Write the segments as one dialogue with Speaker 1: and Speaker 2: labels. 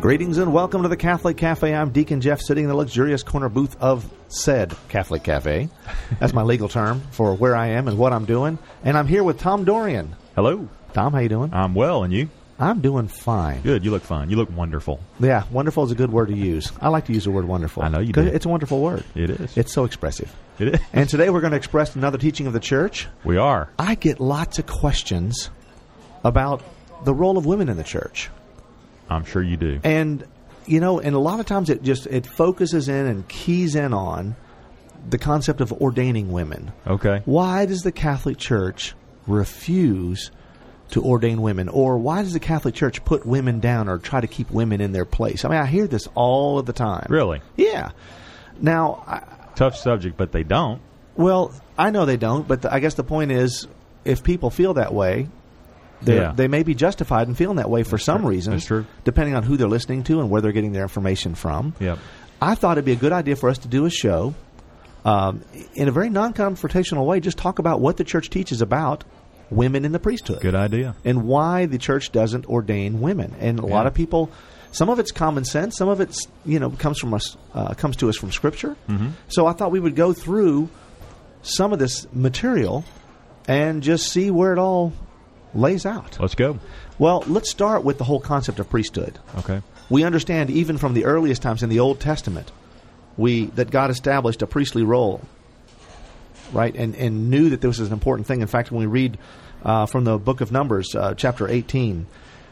Speaker 1: Greetings and welcome to the Catholic Cafe. I'm Deacon Jeff, sitting in the luxurious corner booth of said Catholic Cafe. That's my legal term for where I am and what I'm doing. And I'm here with Tom Dorian.
Speaker 2: Hello.
Speaker 1: Tom, how you doing?
Speaker 2: I'm well, and you?
Speaker 1: I'm doing fine.
Speaker 2: Good. You look fine. You look wonderful.
Speaker 1: Yeah, wonderful is a good word to use. I like to use the word wonderful.
Speaker 2: I know you
Speaker 1: 'Cause
Speaker 2: do.
Speaker 1: It's a wonderful word.
Speaker 2: It is.
Speaker 1: It's so expressive.
Speaker 2: It is.
Speaker 1: And today we're going to express another teaching of the church.
Speaker 2: We are.
Speaker 1: I get lots of questions about the role of women in the church.
Speaker 2: I'm sure you do.
Speaker 1: and you know and a lot of times it just it focuses in and keys in on the concept of ordaining women
Speaker 2: Okay.
Speaker 1: why does the catholic church refuse to ordain women or why does the catholic church put women down or try to keep women in their place i mean i hear this all of the time
Speaker 2: Really?
Speaker 1: yeah now I,
Speaker 2: Tough subject, but they don't.
Speaker 1: well i know they don't but the, i guess the point is if people feel that way they're-
Speaker 2: Yeah.
Speaker 1: they may be justified in feeling that way for some
Speaker 2: true.
Speaker 1: reason
Speaker 2: That's true.
Speaker 1: depending on who they're listening to and where they're getting their information from
Speaker 2: Yep.
Speaker 1: I thought it'd be a good idea for us to do a show um, in a very non confrontational way, just talk about what the church teaches about women in the priesthood
Speaker 2: Good idea.
Speaker 1: and why the church doesn't ordain women. And a lot
Speaker 2: Yeah.
Speaker 1: of people, some of it's common sense, some of it's, you know, comes, from us, uh, comes to us from Scripture. Mm-hmm. So I thought we would go through some of this material and just see where it all lays out.
Speaker 2: Let's go.
Speaker 1: Well, let's start with the whole concept of priesthood.
Speaker 2: Okay.
Speaker 1: We understand even from the earliest times in the Old Testament, we that God established a priestly role, right, and and knew that this was an important thing. In fact, when we read uh, from the book of Numbers, uh, chapter eighteen,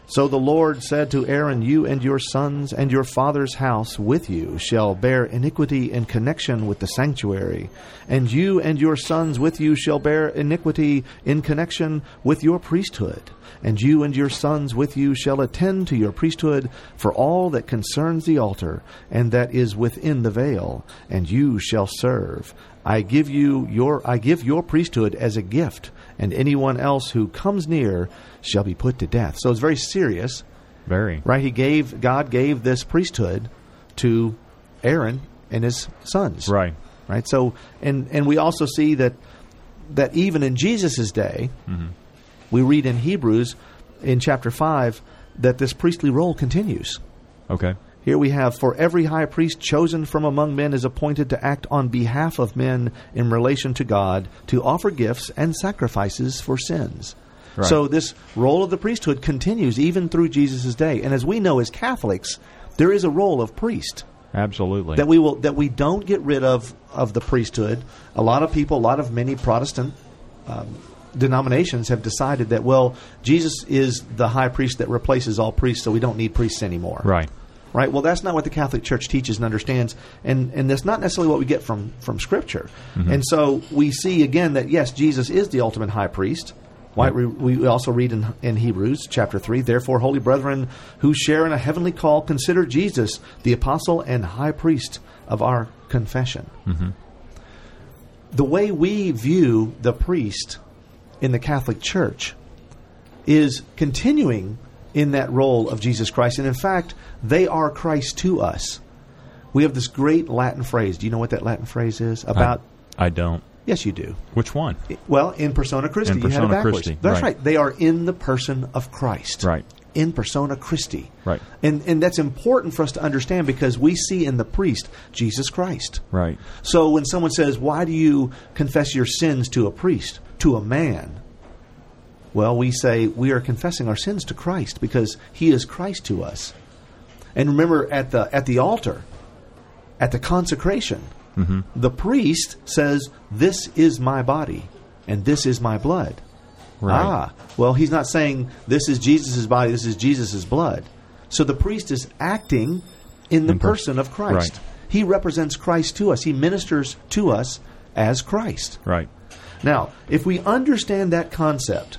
Speaker 1: so the Lord said to Aaron, "You and your sons and your father's house with you shall bear iniquity in connection with the sanctuary, and you and your sons with you shall bear iniquity in connection with your priesthood." And you and your sons with you shall attend to your priesthood for all that concerns the altar, and that is within the veil, and you shall serve. I give you your I give your priesthood as a gift, and anyone else who comes near shall be put to death. So it's very serious,
Speaker 2: Very.
Speaker 1: right? He gave God gave this priesthood to Aaron and his sons
Speaker 2: Right.
Speaker 1: right so and and we also see that that even in jesus' day we read in hebrews in chapter 5 that this priestly role continues
Speaker 2: Okay.
Speaker 1: here we have for every high priest chosen from among men is appointed to act on behalf of men in relation to god to offer gifts and sacrifices for sins
Speaker 2: Right.
Speaker 1: so this role of the priesthood continues even through jesus' day and as we know as catholics there is a role of priest
Speaker 2: Absolutely.
Speaker 1: that we will that we don't get rid of of the priesthood. A lot of people, a lot of many Protestant um, denominations have decided that well, Jesus is the high priest that replaces all priests, so we don't need priests anymore.
Speaker 2: right.
Speaker 1: Right. Well, that's not what the Catholic Church teaches and understands, and and that's not necessarily what we get from from Scripture. And so we see again that yes, Jesus is the ultimate high priest. Why we, we also read in, in Hebrews chapter three. Therefore, holy brethren who share in a heavenly call, consider Jesus the apostle and high priest of our confession. The way we view the priest in the Catholic Church is continuing in that role of Jesus Christ. And in fact, they are Christ to us. We have this great Latin phrase. Do you know what that Latin phrase is? About,
Speaker 2: I don't.
Speaker 1: yes, you do.
Speaker 2: Which one?
Speaker 1: Well, in persona Christi,
Speaker 2: In
Speaker 1: you had it
Speaker 2: persona
Speaker 1: backwards.
Speaker 2: Christi,
Speaker 1: That's right.
Speaker 2: right.
Speaker 1: They are in the person of Christ.
Speaker 2: Right.
Speaker 1: In persona Christi.
Speaker 2: Right.
Speaker 1: And and that's important for us to understand because we see in the priest Jesus Christ.
Speaker 2: Right.
Speaker 1: So when someone says, "Why do you confess your sins to a priest, to a man?" Well, we say we are confessing our sins to Christ because he is Christ to us. And remember at the at the altar, at the consecration,
Speaker 2: Mm-hmm.
Speaker 1: the priest says, "This is my body and this is my blood."
Speaker 2: Right.
Speaker 1: Ah, well, he's not saying this is Jesus' body, this is Jesus' blood. So the priest is acting in the
Speaker 2: In per-
Speaker 1: person of Christ.
Speaker 2: Right.
Speaker 1: He represents Christ to us. He ministers to us as Christ.
Speaker 2: Right.
Speaker 1: Now, if we understand that concept,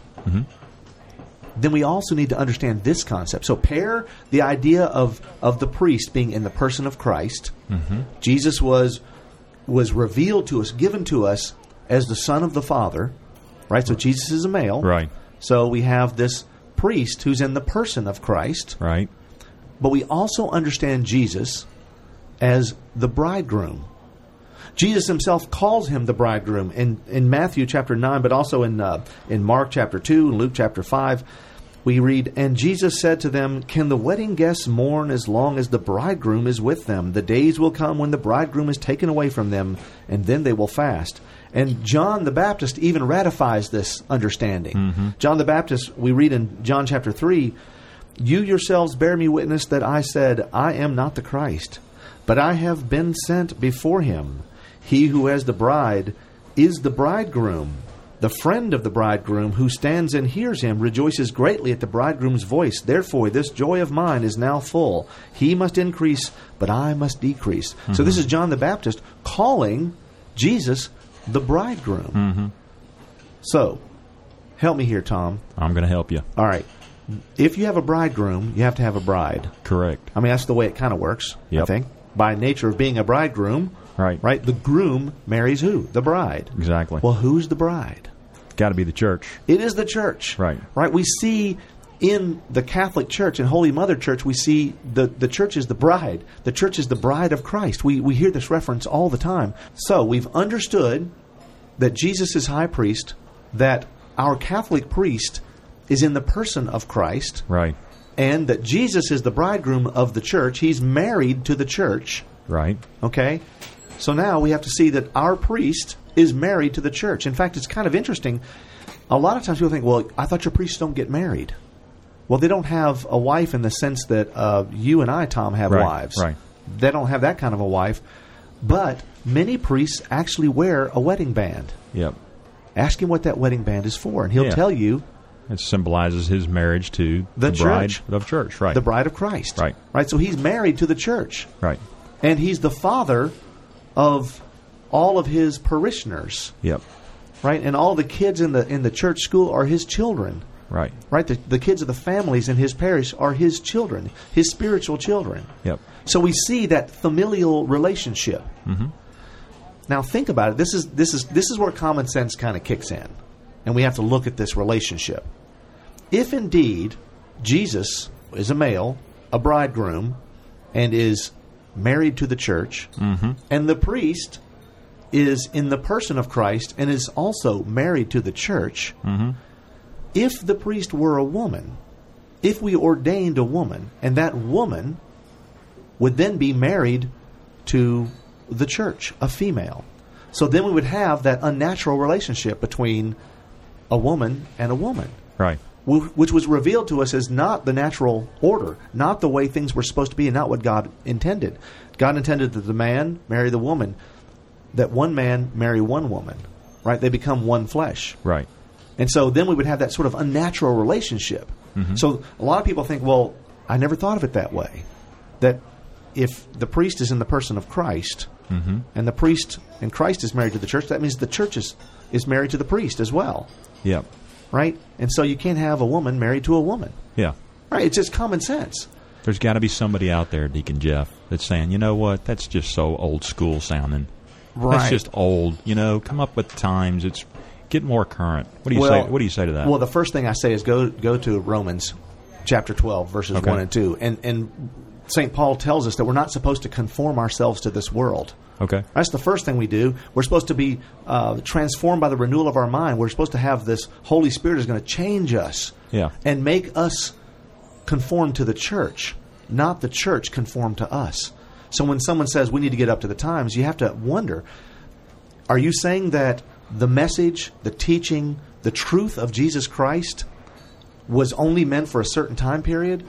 Speaker 1: then we also need to understand this concept. So pair the idea of, of the priest being in the person of Christ. Jesus was was revealed to us, given to us as the Son of the Father, right? So Jesus is a male.
Speaker 2: Right.
Speaker 1: So we have this priest who's in the person of Christ,
Speaker 2: Right.
Speaker 1: but we also understand Jesus as the bridegroom. Jesus himself calls him the bridegroom in, in Matthew chapter 9, but also in, uh, in Mark chapter 2 and Luke chapter 5. We read, And Jesus said to them, Can the wedding guests mourn as long as the bridegroom is with them? The days will come when the bridegroom is taken away from them, and then they will fast. And John the Baptist even ratifies this understanding. John the Baptist, we read in John chapter 3, you yourselves bear me witness that I said, I am not the Christ, but I have been sent before him. He who has the bride is the bridegroom. The friend of the bridegroom who stands and hears him rejoices greatly at the bridegroom's voice. Therefore, this joy of mine is now full. He must increase, but I must decrease. So, this is John the Baptist calling Jesus the bridegroom. So, help me here, Tom.
Speaker 2: I'm going to help you.
Speaker 1: All right. If you have a bridegroom, you have to have a bride.
Speaker 2: Correct.
Speaker 1: I mean, that's the way it kind of works, I
Speaker 2: Yep.
Speaker 1: think. By nature of being a bridegroom,
Speaker 2: Right.
Speaker 1: right? The groom marries who? The bride.
Speaker 2: Exactly.
Speaker 1: Well, who's the bride?
Speaker 2: Got to be the church.
Speaker 1: It is the church.
Speaker 2: Right.
Speaker 1: Right. We see in the Catholic Church and Holy Mother Church, we see the, the church is the bride. The church is the bride of Christ. We, we hear this reference all the time. So we've understood that Jesus is high priest, that our Catholic priest is in the person of Christ,
Speaker 2: Right.
Speaker 1: and that Jesus is the bridegroom of the church. He's married to the church.
Speaker 2: Right.
Speaker 1: Okay? So now we have to see that our priest is married to the church. In fact, it's kind of interesting. A lot of times people think, well, I thought your priests don't get married. Well, they don't have a wife in the sense that uh, you and I, Tom, have
Speaker 2: Right,
Speaker 1: wives.
Speaker 2: right.
Speaker 1: They don't have that kind of a wife. But many priests actually wear a wedding band.
Speaker 2: Yep.
Speaker 1: Ask him what that wedding band is for, and he'll
Speaker 2: Yeah.
Speaker 1: tell you
Speaker 2: It symbolizes his marriage to
Speaker 1: The
Speaker 2: the, bride
Speaker 1: church.
Speaker 2: of church. Right.
Speaker 1: the bride of Christ.
Speaker 2: Right.
Speaker 1: Right. So he's married to the church.
Speaker 2: Right.
Speaker 1: And he's the father of all of his parishioners.
Speaker 2: Yep.
Speaker 1: right? And all the kids in the in the church school are his children,
Speaker 2: Right.
Speaker 1: right? The, the kids of the families in his parish are his children, his spiritual children.
Speaker 2: Yep.
Speaker 1: So we see that familial relationship. Mm-hmm. Now think about it. This is this is this is where common sense kind of kicks in, and we have to look at this relationship. If indeed Jesus is a male, a bridegroom, and is married to the church, and the priest is in the person of Christ and is also married to the church, if the priest were a woman, if we ordained a woman, and that woman would then be married to the church, a female. So then we would have that unnatural relationship between a woman and a woman,
Speaker 2: Right.
Speaker 1: wh- which was revealed to us as not the natural order, not the way things were supposed to be, and not what God intended. God intended that the man marry the woman, that one man marry one woman, right? They become one flesh.
Speaker 2: Right.
Speaker 1: And so then we would have that sort of unnatural relationship.
Speaker 2: Mm-hmm.
Speaker 1: So a lot of people think, well, I never thought of it that way. That if the priest is in the person of Christ,
Speaker 2: Mm-hmm.
Speaker 1: and the priest and Christ is married to the church, that means the church is, is married to the priest as well,
Speaker 2: Yep.
Speaker 1: right? And so you can't have a woman married to a woman,
Speaker 2: Yeah.
Speaker 1: right? It's just common sense.
Speaker 2: There's got to be somebody out there, Deacon Jeff, that's saying, you know what? That's just so old school sounding.
Speaker 1: Right.
Speaker 2: That's just old. You know, come up with the times. It's get more current. What do you
Speaker 1: Well-
Speaker 2: say? What do you say to that?
Speaker 1: Well, the first thing I say is go go to Romans chapter 12 verses
Speaker 2: Okay.
Speaker 1: 1 and 2. And and St. Paul tells us that we're not supposed to conform ourselves to this world.
Speaker 2: okay.
Speaker 1: That's the first thing we do. We're supposed to be uh, transformed by the renewal of our mind. We're supposed to have this Holy Spirit is going to change us
Speaker 2: Yeah.
Speaker 1: and make us conform to the church, not the church conform to us. So when someone says we need to get up to the times, you have to wonder are you saying that the message, the teaching, the truth of Jesus Christ was only meant for a certain time period?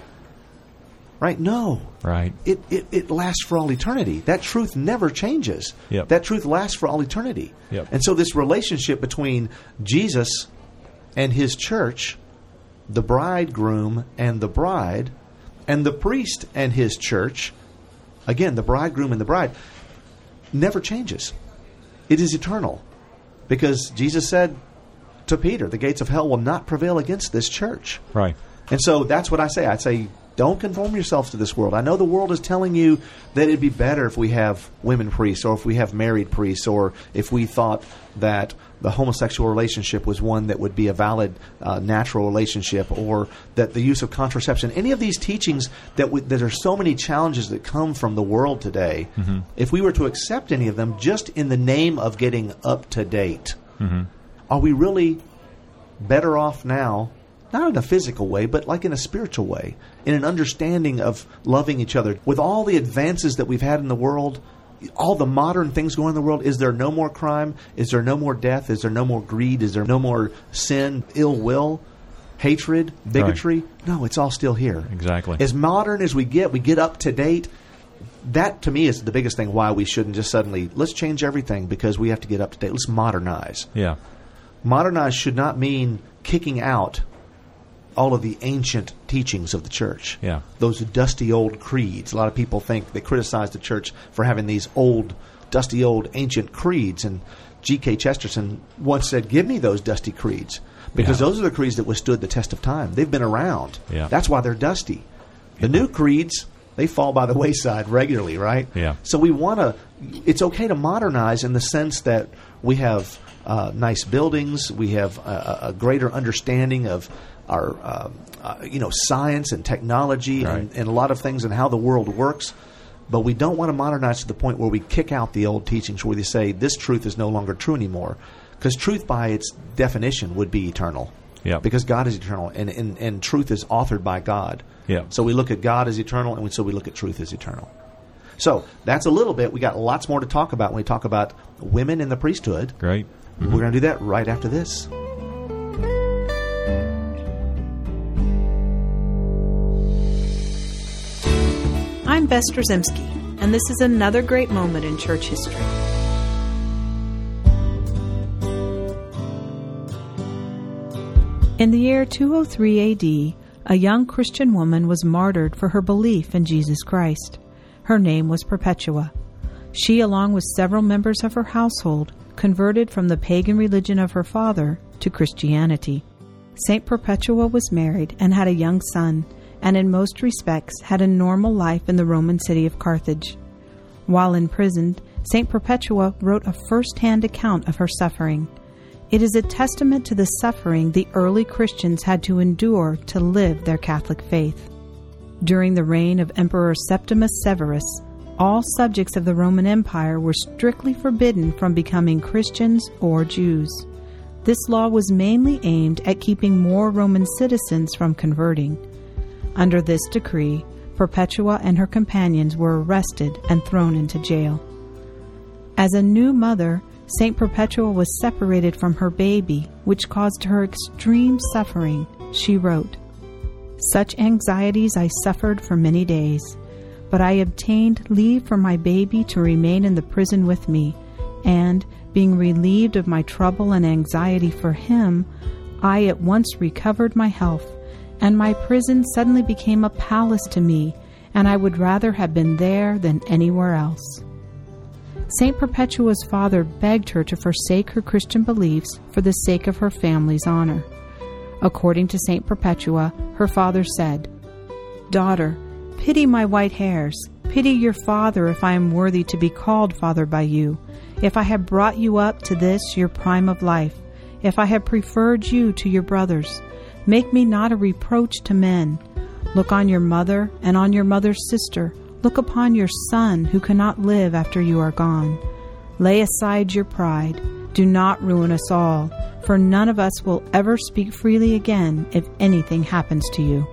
Speaker 1: Right? No
Speaker 2: Right.
Speaker 1: it, it, it lasts for all eternity. That truth never changes.
Speaker 2: Yep.
Speaker 1: That truth lasts for all eternity.
Speaker 2: Yep.
Speaker 1: And so this relationship between Jesus and his church, the bridegroom and the bride, and the priest and his church, again, the bridegroom and the bride, never changes. It is eternal. Because Jesus said to Peter, the gates of hell will not prevail against this church.
Speaker 2: Right.
Speaker 1: And so that's what I say. I say Don't conform yourselves to this world. I know the world is telling you that it'd be better if we have women priests or if we have married priests or if we thought that the homosexual relationship was one that would be a valid uh, natural relationship or that the use of contraception, any of these teachings that, we, that are so many challenges that come from the world today, if we were to accept any of them just in the name of getting up to date, are we really better off now, not in a physical way, but like in a spiritual way, in an understanding of loving each other. With all the advances that we've had in the world, all the modern things going in the world, is there no more crime? Is there no more death? Is there no more greed? Is there no more sin, ill will, hatred, bigotry? No, it's all still here.
Speaker 2: Exactly.
Speaker 1: As modern as we get, we get up to date. That to me is the biggest thing why we shouldn't just suddenly let's change everything because we have to get up to date. Let's modernize
Speaker 2: Yeah.
Speaker 1: modernize should not mean kicking out all of the ancient teachings of the church.
Speaker 2: Yeah.
Speaker 1: Those dusty old creeds. A lot of people think they criticize the church for having these old, dusty old ancient creeds. And G.K. Chesterton once said, Give me those dusty creeds because
Speaker 2: Yeah.
Speaker 1: those are the creeds that withstood the test of time. They've been around.
Speaker 2: Yeah.
Speaker 1: That's why they're dusty. The new creeds, they fall by the wayside regularly, right?
Speaker 2: Yeah.
Speaker 1: So we want to. It's okay to modernize in the sense that we have uh, nice buildings, we have a, a- a greater understanding of our, um, uh, you know, science and technology
Speaker 2: Right.
Speaker 1: and, and a lot of things and how the world works. But we don't want to modernize to the point where we kick out the old teachings, where they say this truth is no longer true anymore, because truth, by its definition, would be eternal.
Speaker 2: Yeah.
Speaker 1: Because God is eternal, and, and, and truth is authored by God.
Speaker 2: Yeah.
Speaker 1: So we look at God as eternal, and we, so we look at truth as eternal. So that's a little bit. We got lots more to talk about when we talk about women in the priesthood.
Speaker 2: Great.
Speaker 1: We're going to do that right after this.
Speaker 3: I'm Bess Drzymski, and this is another great moment in church history. In the year 203 AD, a young Christian woman was martyred for her belief in Jesus Christ. Her name was Perpetua. She, along with several members of her household, converted from the pagan religion of her father to Christianity. St. Perpetua was married and had a young son, and in most respects had a normal life in the Roman city of Carthage. While imprisoned, St. Perpetua wrote a first hand account of her suffering. It is a testament to the suffering the early Christians had to endure to live their Catholic faith. During the reign of Emperor Septimus Severus, all subjects of the Roman Empire were strictly forbidden from becoming Christians or Jews. This law was mainly aimed at keeping more Roman citizens from converting. Under this decree, Perpetua and her companions were arrested and thrown into jail. As a new mother, St. Perpetua was separated from her baby, which caused her extreme suffering. She wrote, Such anxieties I suffered for many days, but I obtained leave for my baby to remain in the prison with me, and, being relieved of my trouble and anxiety for him, I at once recovered my health, and my prison suddenly became a palace to me, and I would rather have been there than anywhere else. St. Perpetua's father begged her to forsake her Christian beliefs for the sake of her family's honor. According to St. Perpetua, her father said, Daughter, pity my white hairs. Pity your father if I am worthy to be called father by you. If I have brought you up to this, your prime of life. If I have preferred you to your brothers. Make me not a reproach to men. Look on your mother and on your mother's sister. Look upon your son who cannot live after you are gone. Lay aside your pride. Do not ruin us all, for none of us will ever speak freely again if anything happens to you.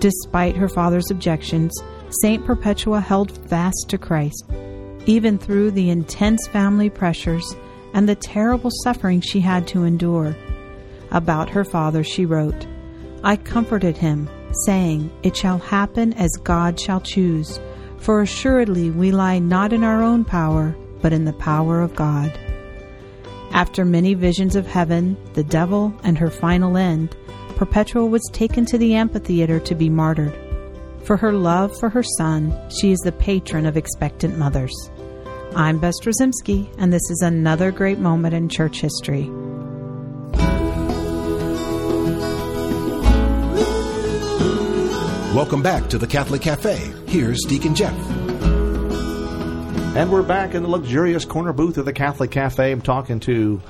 Speaker 3: Despite her father's objections, St. Perpetua held fast to Christ. Even through the intense family pressures and the terrible suffering she had to endure. About her father, she wrote, I comforted him, saying, It shall happen as God shall choose, for assuredly we lie not in our own power, but in the power of God. After many visions of heaven, the devil, and her final end, Perpetua was taken to the amphitheater to be martyred. For her love for her son, she is the patron of expectant mothers. I'm Bess Drzymski, and this is another great moment in church history.
Speaker 4: Welcome back to the Catholic Cafe. Here's Deacon Jeff.
Speaker 1: And we're back in the luxurious corner booth of the Catholic Cafe. I'm talking to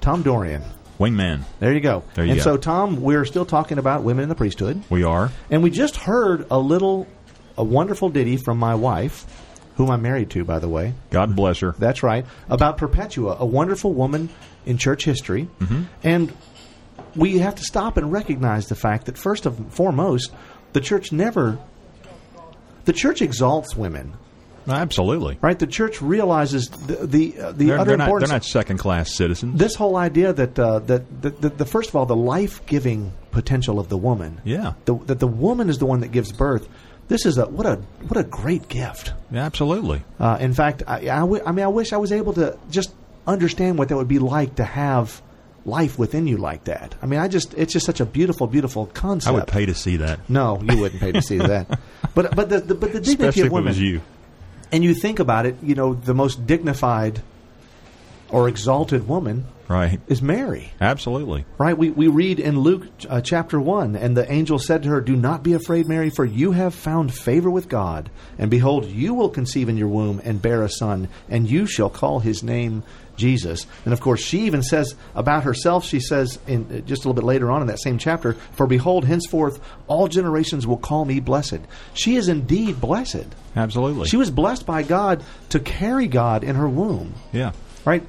Speaker 1: Tom Dorian.
Speaker 2: Wingman,
Speaker 1: There you go.
Speaker 2: There you
Speaker 1: and
Speaker 2: go.
Speaker 1: so, Tom, we're still talking about women in the priesthood.
Speaker 2: we are.
Speaker 1: And we just heard a little, a wonderful ditty from my wife, whom I'm married to, by the way.
Speaker 2: God bless her.
Speaker 1: That's right. About Perpetua, a wonderful woman in church history.
Speaker 2: Mm-hmm.
Speaker 1: And we have to stop and recognize the fact that, first and foremost, the church never. The church exalts women,
Speaker 2: Absolutely.
Speaker 1: right? The church realizes the the, uh, the
Speaker 2: They're,
Speaker 1: utter
Speaker 2: they're not,
Speaker 1: importance.
Speaker 2: they're not second class citizens.
Speaker 1: this whole idea that uh, that the, the, the first of all the life giving potential of the woman,
Speaker 2: Yeah.
Speaker 1: the, that the woman is the one that gives birth. This is a what a what a great gift.
Speaker 2: Absolutely.
Speaker 1: Uh, in fact, I, I, w- I mean, I wish I was able to just understand what that would be like to have life within you like that. I mean, I just it's just such a beautiful, beautiful concept.
Speaker 2: I would pay to see that.
Speaker 1: No, you wouldn't pay to see that. But but the, the but the dignity
Speaker 2: Especially
Speaker 1: of
Speaker 2: if it
Speaker 1: women
Speaker 2: was you.
Speaker 1: and you think about it, you know, the most dignified or exalted woman
Speaker 2: Right.
Speaker 1: is Mary.
Speaker 2: Absolutely.
Speaker 1: Right? We, we read in Luke uh, chapter 1 and the angel said to her, Do not be afraid, Mary, for you have found favor with God. And behold, you will conceive in your womb and bear a son, and you shall call his name Jesus. And of course, she even says about herself, she says in uh, just a little bit later on in that same chapter, For behold, henceforth all generations will call me blessed. She is indeed blessed.
Speaker 2: Absolutely.
Speaker 1: She was blessed by God to carry God in her womb.
Speaker 2: yeah.
Speaker 1: Right?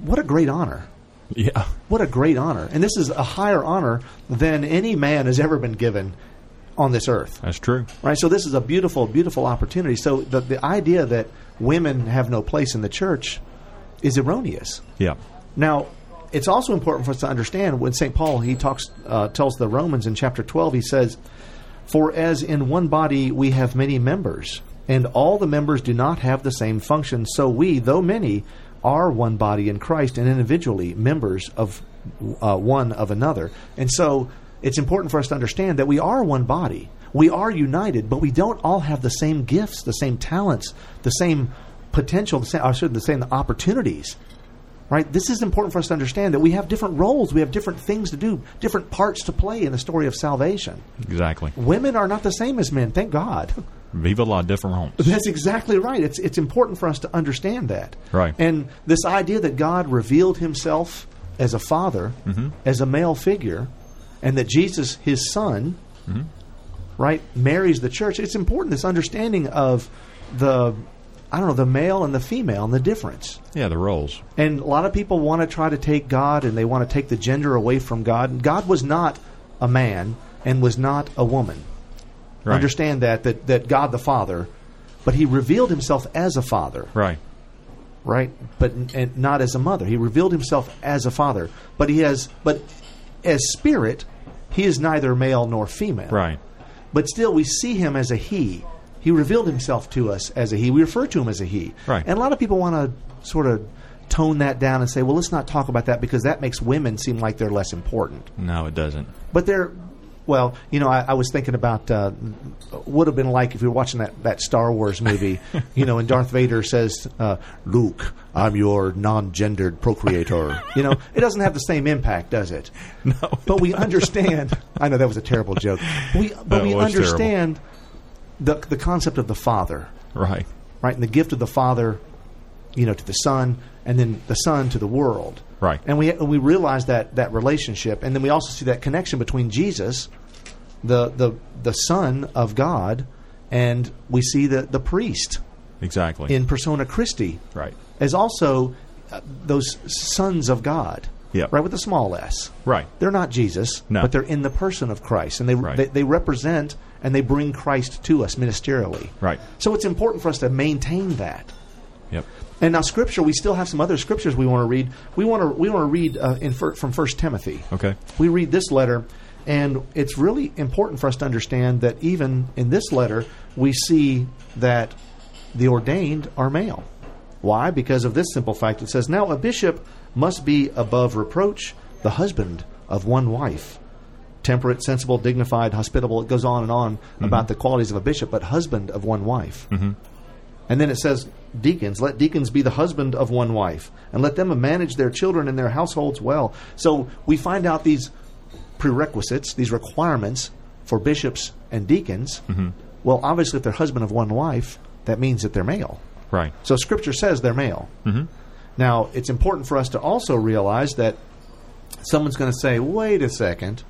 Speaker 1: What a great honor.
Speaker 2: Yeah.
Speaker 1: What a great honor. And this is a higher honor than any man has ever been given on this earth.
Speaker 2: That's true.
Speaker 1: Right? So this is a beautiful, beautiful opportunity. So the, the idea that women have no place in the church is erroneous.
Speaker 2: Yeah.
Speaker 1: Now, it's also important for us to understand when St. Paul he talks uh, tells the Romans in chapter 12 he says, "For as in one body we have many members, and all the members do not have the same function, so we, though many, are one body in Christ and individually members of uh, one of another." And so, it's important for us to understand that we are one body. We are united, but we don't all have the same gifts, the same talents, the same potential, the same, or should the same opportunities right this is important for us to understand that we have different roles we have different things to do different parts to play in the story of salvation
Speaker 2: Exactly.
Speaker 1: women are not the same as men thank god
Speaker 2: Viva la difference.
Speaker 1: that's exactly right it's it's important for us to understand that
Speaker 2: Right.
Speaker 1: and this idea that god revealed himself as a father as a male figure and that jesus his son right marries the church it's important this understanding of the i don't know the male and the female and the difference
Speaker 2: Yeah, the roles.
Speaker 1: and a lot of people want to try to take God and they want to take the gender away from God. And God was not a man and was not a woman.
Speaker 2: Right.
Speaker 1: Understand that, that that God the Father, but he revealed himself as a father,
Speaker 2: Right.
Speaker 1: right? But and not as a mother. He revealed himself as a father, but he has but as spirit, he is neither male nor female.
Speaker 2: Right.
Speaker 1: But still, we see him as a he. He revealed himself to us as a he. We refer to him as a he.
Speaker 2: Right.
Speaker 1: And a lot of people want to sort of tone that down and say, well, let's not talk about that because that makes women seem like they're less important.
Speaker 2: No, it doesn't.
Speaker 1: But they're, well, you know, I, I was thinking about uh, would have been like if you were watching that, that Star Wars movie, you know, and Darth Vader says, uh, Luke, I'm your non gendered procreator. you know, it doesn't have the same impact, does it?
Speaker 2: No.
Speaker 1: but we understand. I know that was a terrible joke. We, but
Speaker 2: That
Speaker 1: we
Speaker 2: was terrible.
Speaker 1: understand the the concept of the father,
Speaker 2: Right.
Speaker 1: right, and the gift of the father, you know, to the son, and then the son to the world,
Speaker 2: Right.
Speaker 1: And we and we realize that that relationship, and then we also see that connection between Jesus, the the the Son of God, and we see the the priest
Speaker 2: Exactly.
Speaker 1: in persona Christi,
Speaker 2: right.
Speaker 1: as also uh, those sons of God.
Speaker 2: Yeah.
Speaker 1: Right, with a small s.
Speaker 2: Right.
Speaker 1: They're not Jesus,
Speaker 2: No.
Speaker 1: but they're in the person of Christ. And they,
Speaker 2: Right.
Speaker 1: they, they represent and they bring Christ to us ministerially.
Speaker 2: Right.
Speaker 1: So it's important for us to maintain that.
Speaker 2: Yep.
Speaker 1: And now, Scripture, we still have some other Scriptures we want to read. We want to, we want to read uh, in fir- from 1 Timothy.
Speaker 2: Okay.
Speaker 1: We read this letter, and it's really important for us to understand that even in this letter, we see that the ordained are male. Why? Because of this simple fact. It says, Now a bishop must be above reproach, the husband of one wife. Temperate, sensible, dignified, hospitable. It goes on and on about the qualities of a bishop, but husband of one wife. And then it says, Deacons, let deacons be the husband of one wife, and let them manage their children and their households well. So we find out these prerequisites, these requirements for bishops and deacons. Well, obviously, if they're husband of one wife, that means that they're male.
Speaker 2: Right.
Speaker 1: So Scripture says they're male. Mm-hmm. Now, it's important for us to also realize that someone's going to say, wait a second,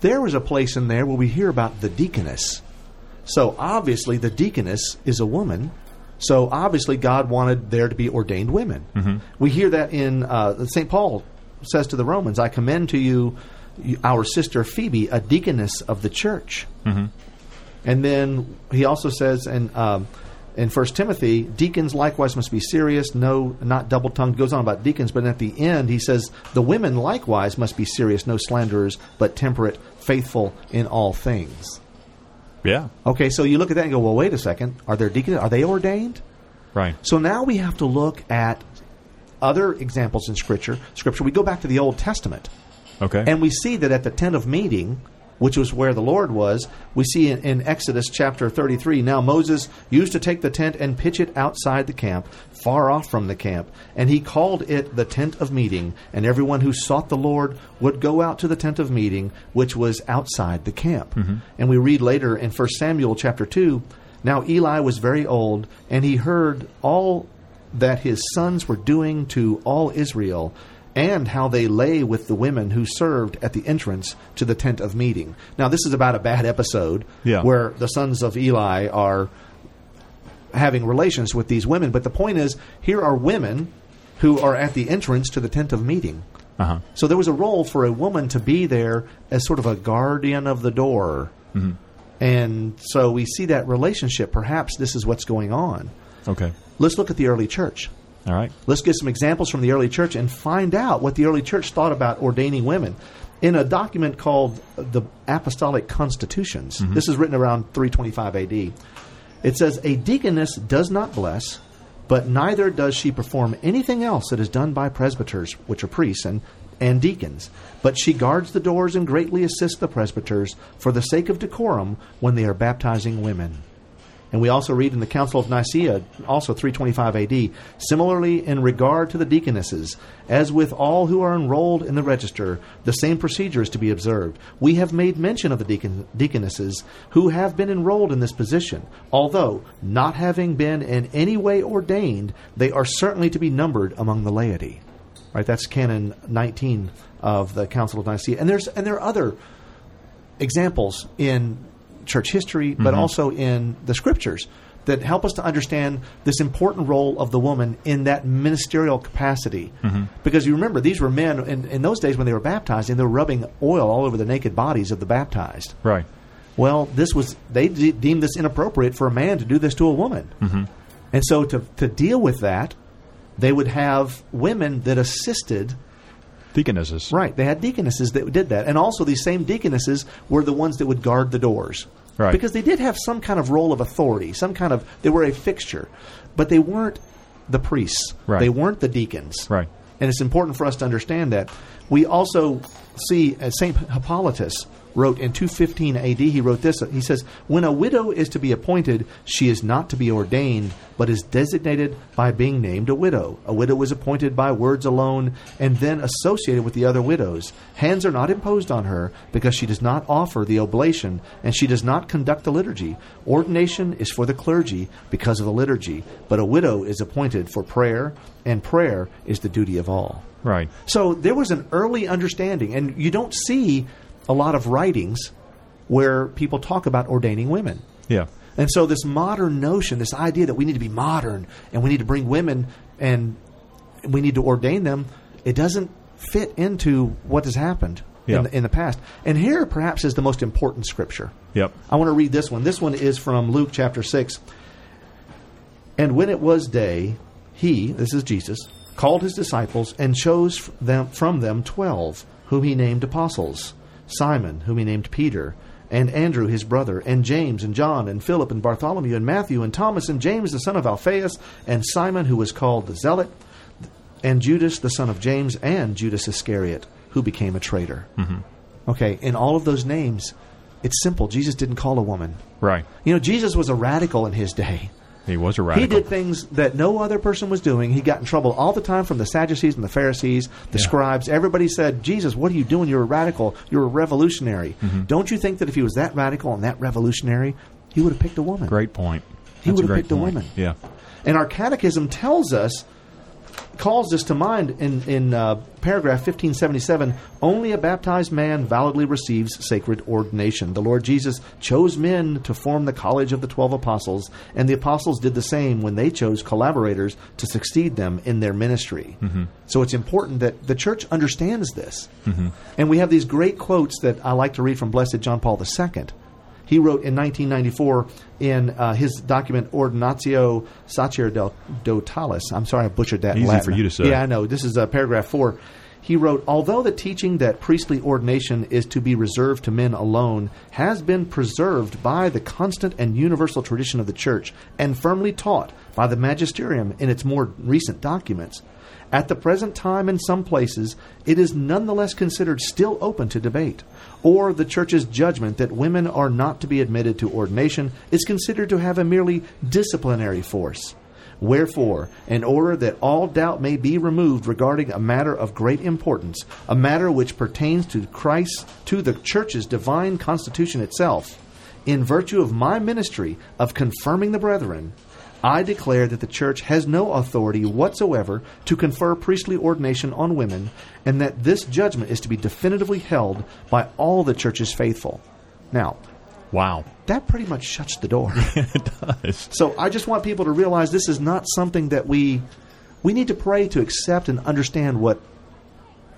Speaker 1: there was a place in there where we hear about the deaconess. So obviously, the deaconess is a woman. So obviously, God wanted there to be ordained women. We hear that in uh, St. Paul says to the Romans, I commend to you you- our sister Phoebe, a deaconess of the church. And then he also says in um, in First Timothy, deacons likewise must be serious, no, not double tongued. Goes on about deacons, but at the end he says the women likewise must be serious, no slanderers, but temperate, faithful in all things.
Speaker 2: Yeah.
Speaker 1: Okay, so you look at that and go, well, wait a second, are there deacons? Are they ordained?
Speaker 2: Right.
Speaker 1: So now we have to look at other examples in Scripture. Scripture. We go back to the Old Testament.
Speaker 2: Okay.
Speaker 1: And we see that at the tent of meeting, which was where the Lord was, we see in, in Exodus chapter 33 now Moses used to take the tent and pitch it outside the camp, far off from the camp, and he called it the tent of meeting, and everyone who sought the Lord would go out to the tent of meeting, which was outside the camp. And we read later in 1 Samuel chapter 2 now Eli was very old, and he heard all that his sons were doing to all Israel, and how they lay with the women who served at the entrance to the tent of meeting. Now, this is about a bad episode
Speaker 2: Yeah.
Speaker 1: where the sons of Eli are having relations with these women, but the point is here are women who are at the entrance to the tent of meeting.
Speaker 2: uh-huh.
Speaker 1: So there was a role for a woman to be there as sort of a guardian of the door. And so we see that relationship. Perhaps this is what's going on.
Speaker 2: Okay.
Speaker 1: Let's look at the early church.
Speaker 2: All right.
Speaker 1: Let's get some examples from the early church and find out what the early church thought about ordaining women. In a document called the Apostolic Constitutions, this is written around 325 AD. It says, A deaconess does not bless, but neither does she perform anything else that is done by presbyters, which are priests, and, and deacons. But she guards the doors and greatly assists the presbyters for the sake of decorum when they are baptizing women. And we also read in the Council of Nicaea, also 325 AD, similarly in regard to the deaconesses, as with all who are enrolled in the register, the same procedure is to be observed. We have made mention of the deacon, deaconesses who have been enrolled in this position, although not having been in any way ordained, they are certainly to be numbered among the laity. Right, that's Canon 19 of the Council of Nicaea, and there's and there are other examples in church history, but also in the scriptures that help us to understand this important role of the woman in that ministerial capacity. Because you remember, these were men in, in those days when they were baptized, and they were rubbing oil all over the naked bodies of the baptized.
Speaker 2: Right.
Speaker 1: Well, this was they de- deemed this inappropriate for a man to do this to a woman, and so to to deal with that, they would have women that assisted.
Speaker 2: Deaconesses.
Speaker 1: Right. They had deaconesses that did that. And also, these same deaconesses were the ones that would guard the doors.
Speaker 2: Right.
Speaker 1: Because they did have some kind of role of authority, some kind of, they were a fixture. But they weren't the priests.
Speaker 2: Right.
Speaker 1: They weren't the deacons.
Speaker 2: Right.
Speaker 1: And it's important for us to understand that. We also see uh, St. Hippolytus wrote in 215 AD, he wrote this. He says, When a widow is to be appointed, she is not to be ordained, but is designated by being named a widow. A widow is appointed by words alone and then associated with the other widows. Hands are not imposed on her because she does not offer the oblation and she does not conduct the liturgy. Ordination is for the clergy because of the liturgy, but a widow is appointed for prayer, and prayer is the duty of all.
Speaker 2: Right.
Speaker 1: So there was an early understanding, and you don't see a lot of writings where people talk about ordaining women.
Speaker 2: Yeah.
Speaker 1: And so this modern notion, this idea that we need to be modern and we need to bring women and we need to ordain them, it doesn't fit into what has happened in,
Speaker 2: Yeah.
Speaker 1: the, in the past. And here perhaps is the most important scripture.
Speaker 2: Yep.
Speaker 1: I want to read this one. This one is from Luke chapter 6. And when it was day, he, this is Jesus, called his disciples and chose f- them, from them twelve, whom he named apostles Simon, whom he named Peter, and Andrew his brother, and James, and John, and Philip, and Bartholomew, and Matthew, and Thomas, and James the son of Alphaeus, and Simon, who was called the Zealot, and Judas the son of James, and Judas Iscariot, who became a traitor. Mm-hmm. Okay, in all of those names, it's simple. Jesus didn't call a woman.
Speaker 2: Right.
Speaker 1: You know, Jesus was a radical in his day.
Speaker 2: He was a
Speaker 1: He
Speaker 2: radical.
Speaker 1: did things that no other person was doing. He got in trouble all the time from the Sadducees and the Pharisees, the
Speaker 2: Yeah.
Speaker 1: scribes. Everybody said, Jesus, what are you doing? You're a radical. You're a revolutionary.
Speaker 2: Mm-hmm.
Speaker 1: Don't you think that if he was that radical and that revolutionary, he would have picked a woman?
Speaker 2: Great point.
Speaker 1: He
Speaker 2: That's
Speaker 1: would've
Speaker 2: a great
Speaker 1: picked a
Speaker 2: point.
Speaker 1: woman.
Speaker 2: Yeah.
Speaker 1: And our catechism tells us, calls this to mind in, in uh, paragraph 1577 only a baptized man validly receives sacred ordination. The Lord Jesus chose men to form the college of the twelve apostles, and the apostles did the same when they chose collaborators to succeed them in their ministry. So it's important that the church understands this. And we have these great quotes that I like to read from Blessed John Paul II. He wrote in 1994 in uh, his document Ordinatio Sacerdotalis. I'm sorry, I butchered that. in
Speaker 2: Easy
Speaker 1: Latin.
Speaker 2: for you to say.
Speaker 1: Yeah, I know. This is uh, paragraph four. He wrote, although the teaching that priestly ordination is to be reserved to men alone has been preserved by the constant and universal tradition of the Church and firmly taught by the magisterium in its more recent documents, at the present time, in some places, it is nonetheless considered still open to debate, or the Church's judgment that women are not to be admitted to ordination is considered to have a merely disciplinary force. Wherefore, in order that all doubt may be removed regarding a matter of great importance, a matter which pertains to Christ, to the Church's divine constitution itself, in virtue of my ministry of confirming the brethren, I declare that the Church has no authority whatsoever to confer priestly ordination on women, and that this judgment is to be definitively held by all the Church's faithful. Now,
Speaker 2: Wow.
Speaker 1: that pretty much shuts the door.
Speaker 2: it does.
Speaker 1: So I just want people to realize this is not something that we we need to pray to accept and understand what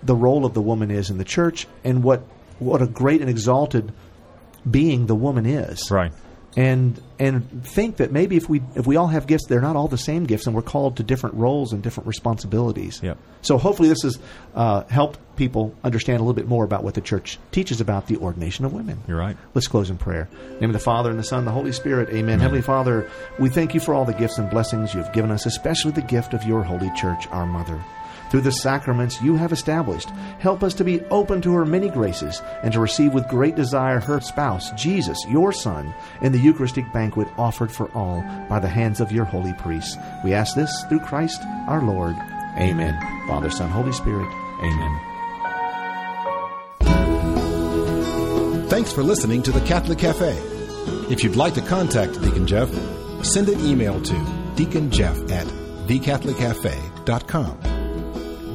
Speaker 1: the role of the woman is in the church and what what a great and exalted being the woman is.
Speaker 2: Right.
Speaker 1: And and think that maybe if we if we all have gifts, they're not all the same gifts, and we're called to different roles and different responsibilities.
Speaker 2: Yep.
Speaker 1: So hopefully this has uh, helped people understand a little bit more about what the church teaches about the ordination of women.
Speaker 2: You're right.
Speaker 1: Let's close in prayer. In the name of the Father, and the Son, and the Holy Spirit. Amen. Heavenly Father, we thank you for all the gifts and blessings you have given us, especially the gift of your Holy Church, our Mother. Through the sacraments you have established, help us to be open to her many graces and to receive with great desire her spouse, Jesus, your Son, in the Eucharistic banquet offered for all by the hands of your holy priests. We ask this through Christ our Lord. Amen. Father, Son, Holy Spirit. Amen.
Speaker 4: Thanks for listening to the Catholic Cafe. If you'd like to contact Deacon Jeff, send an email to deaconjeff at thecatholiccafe.com.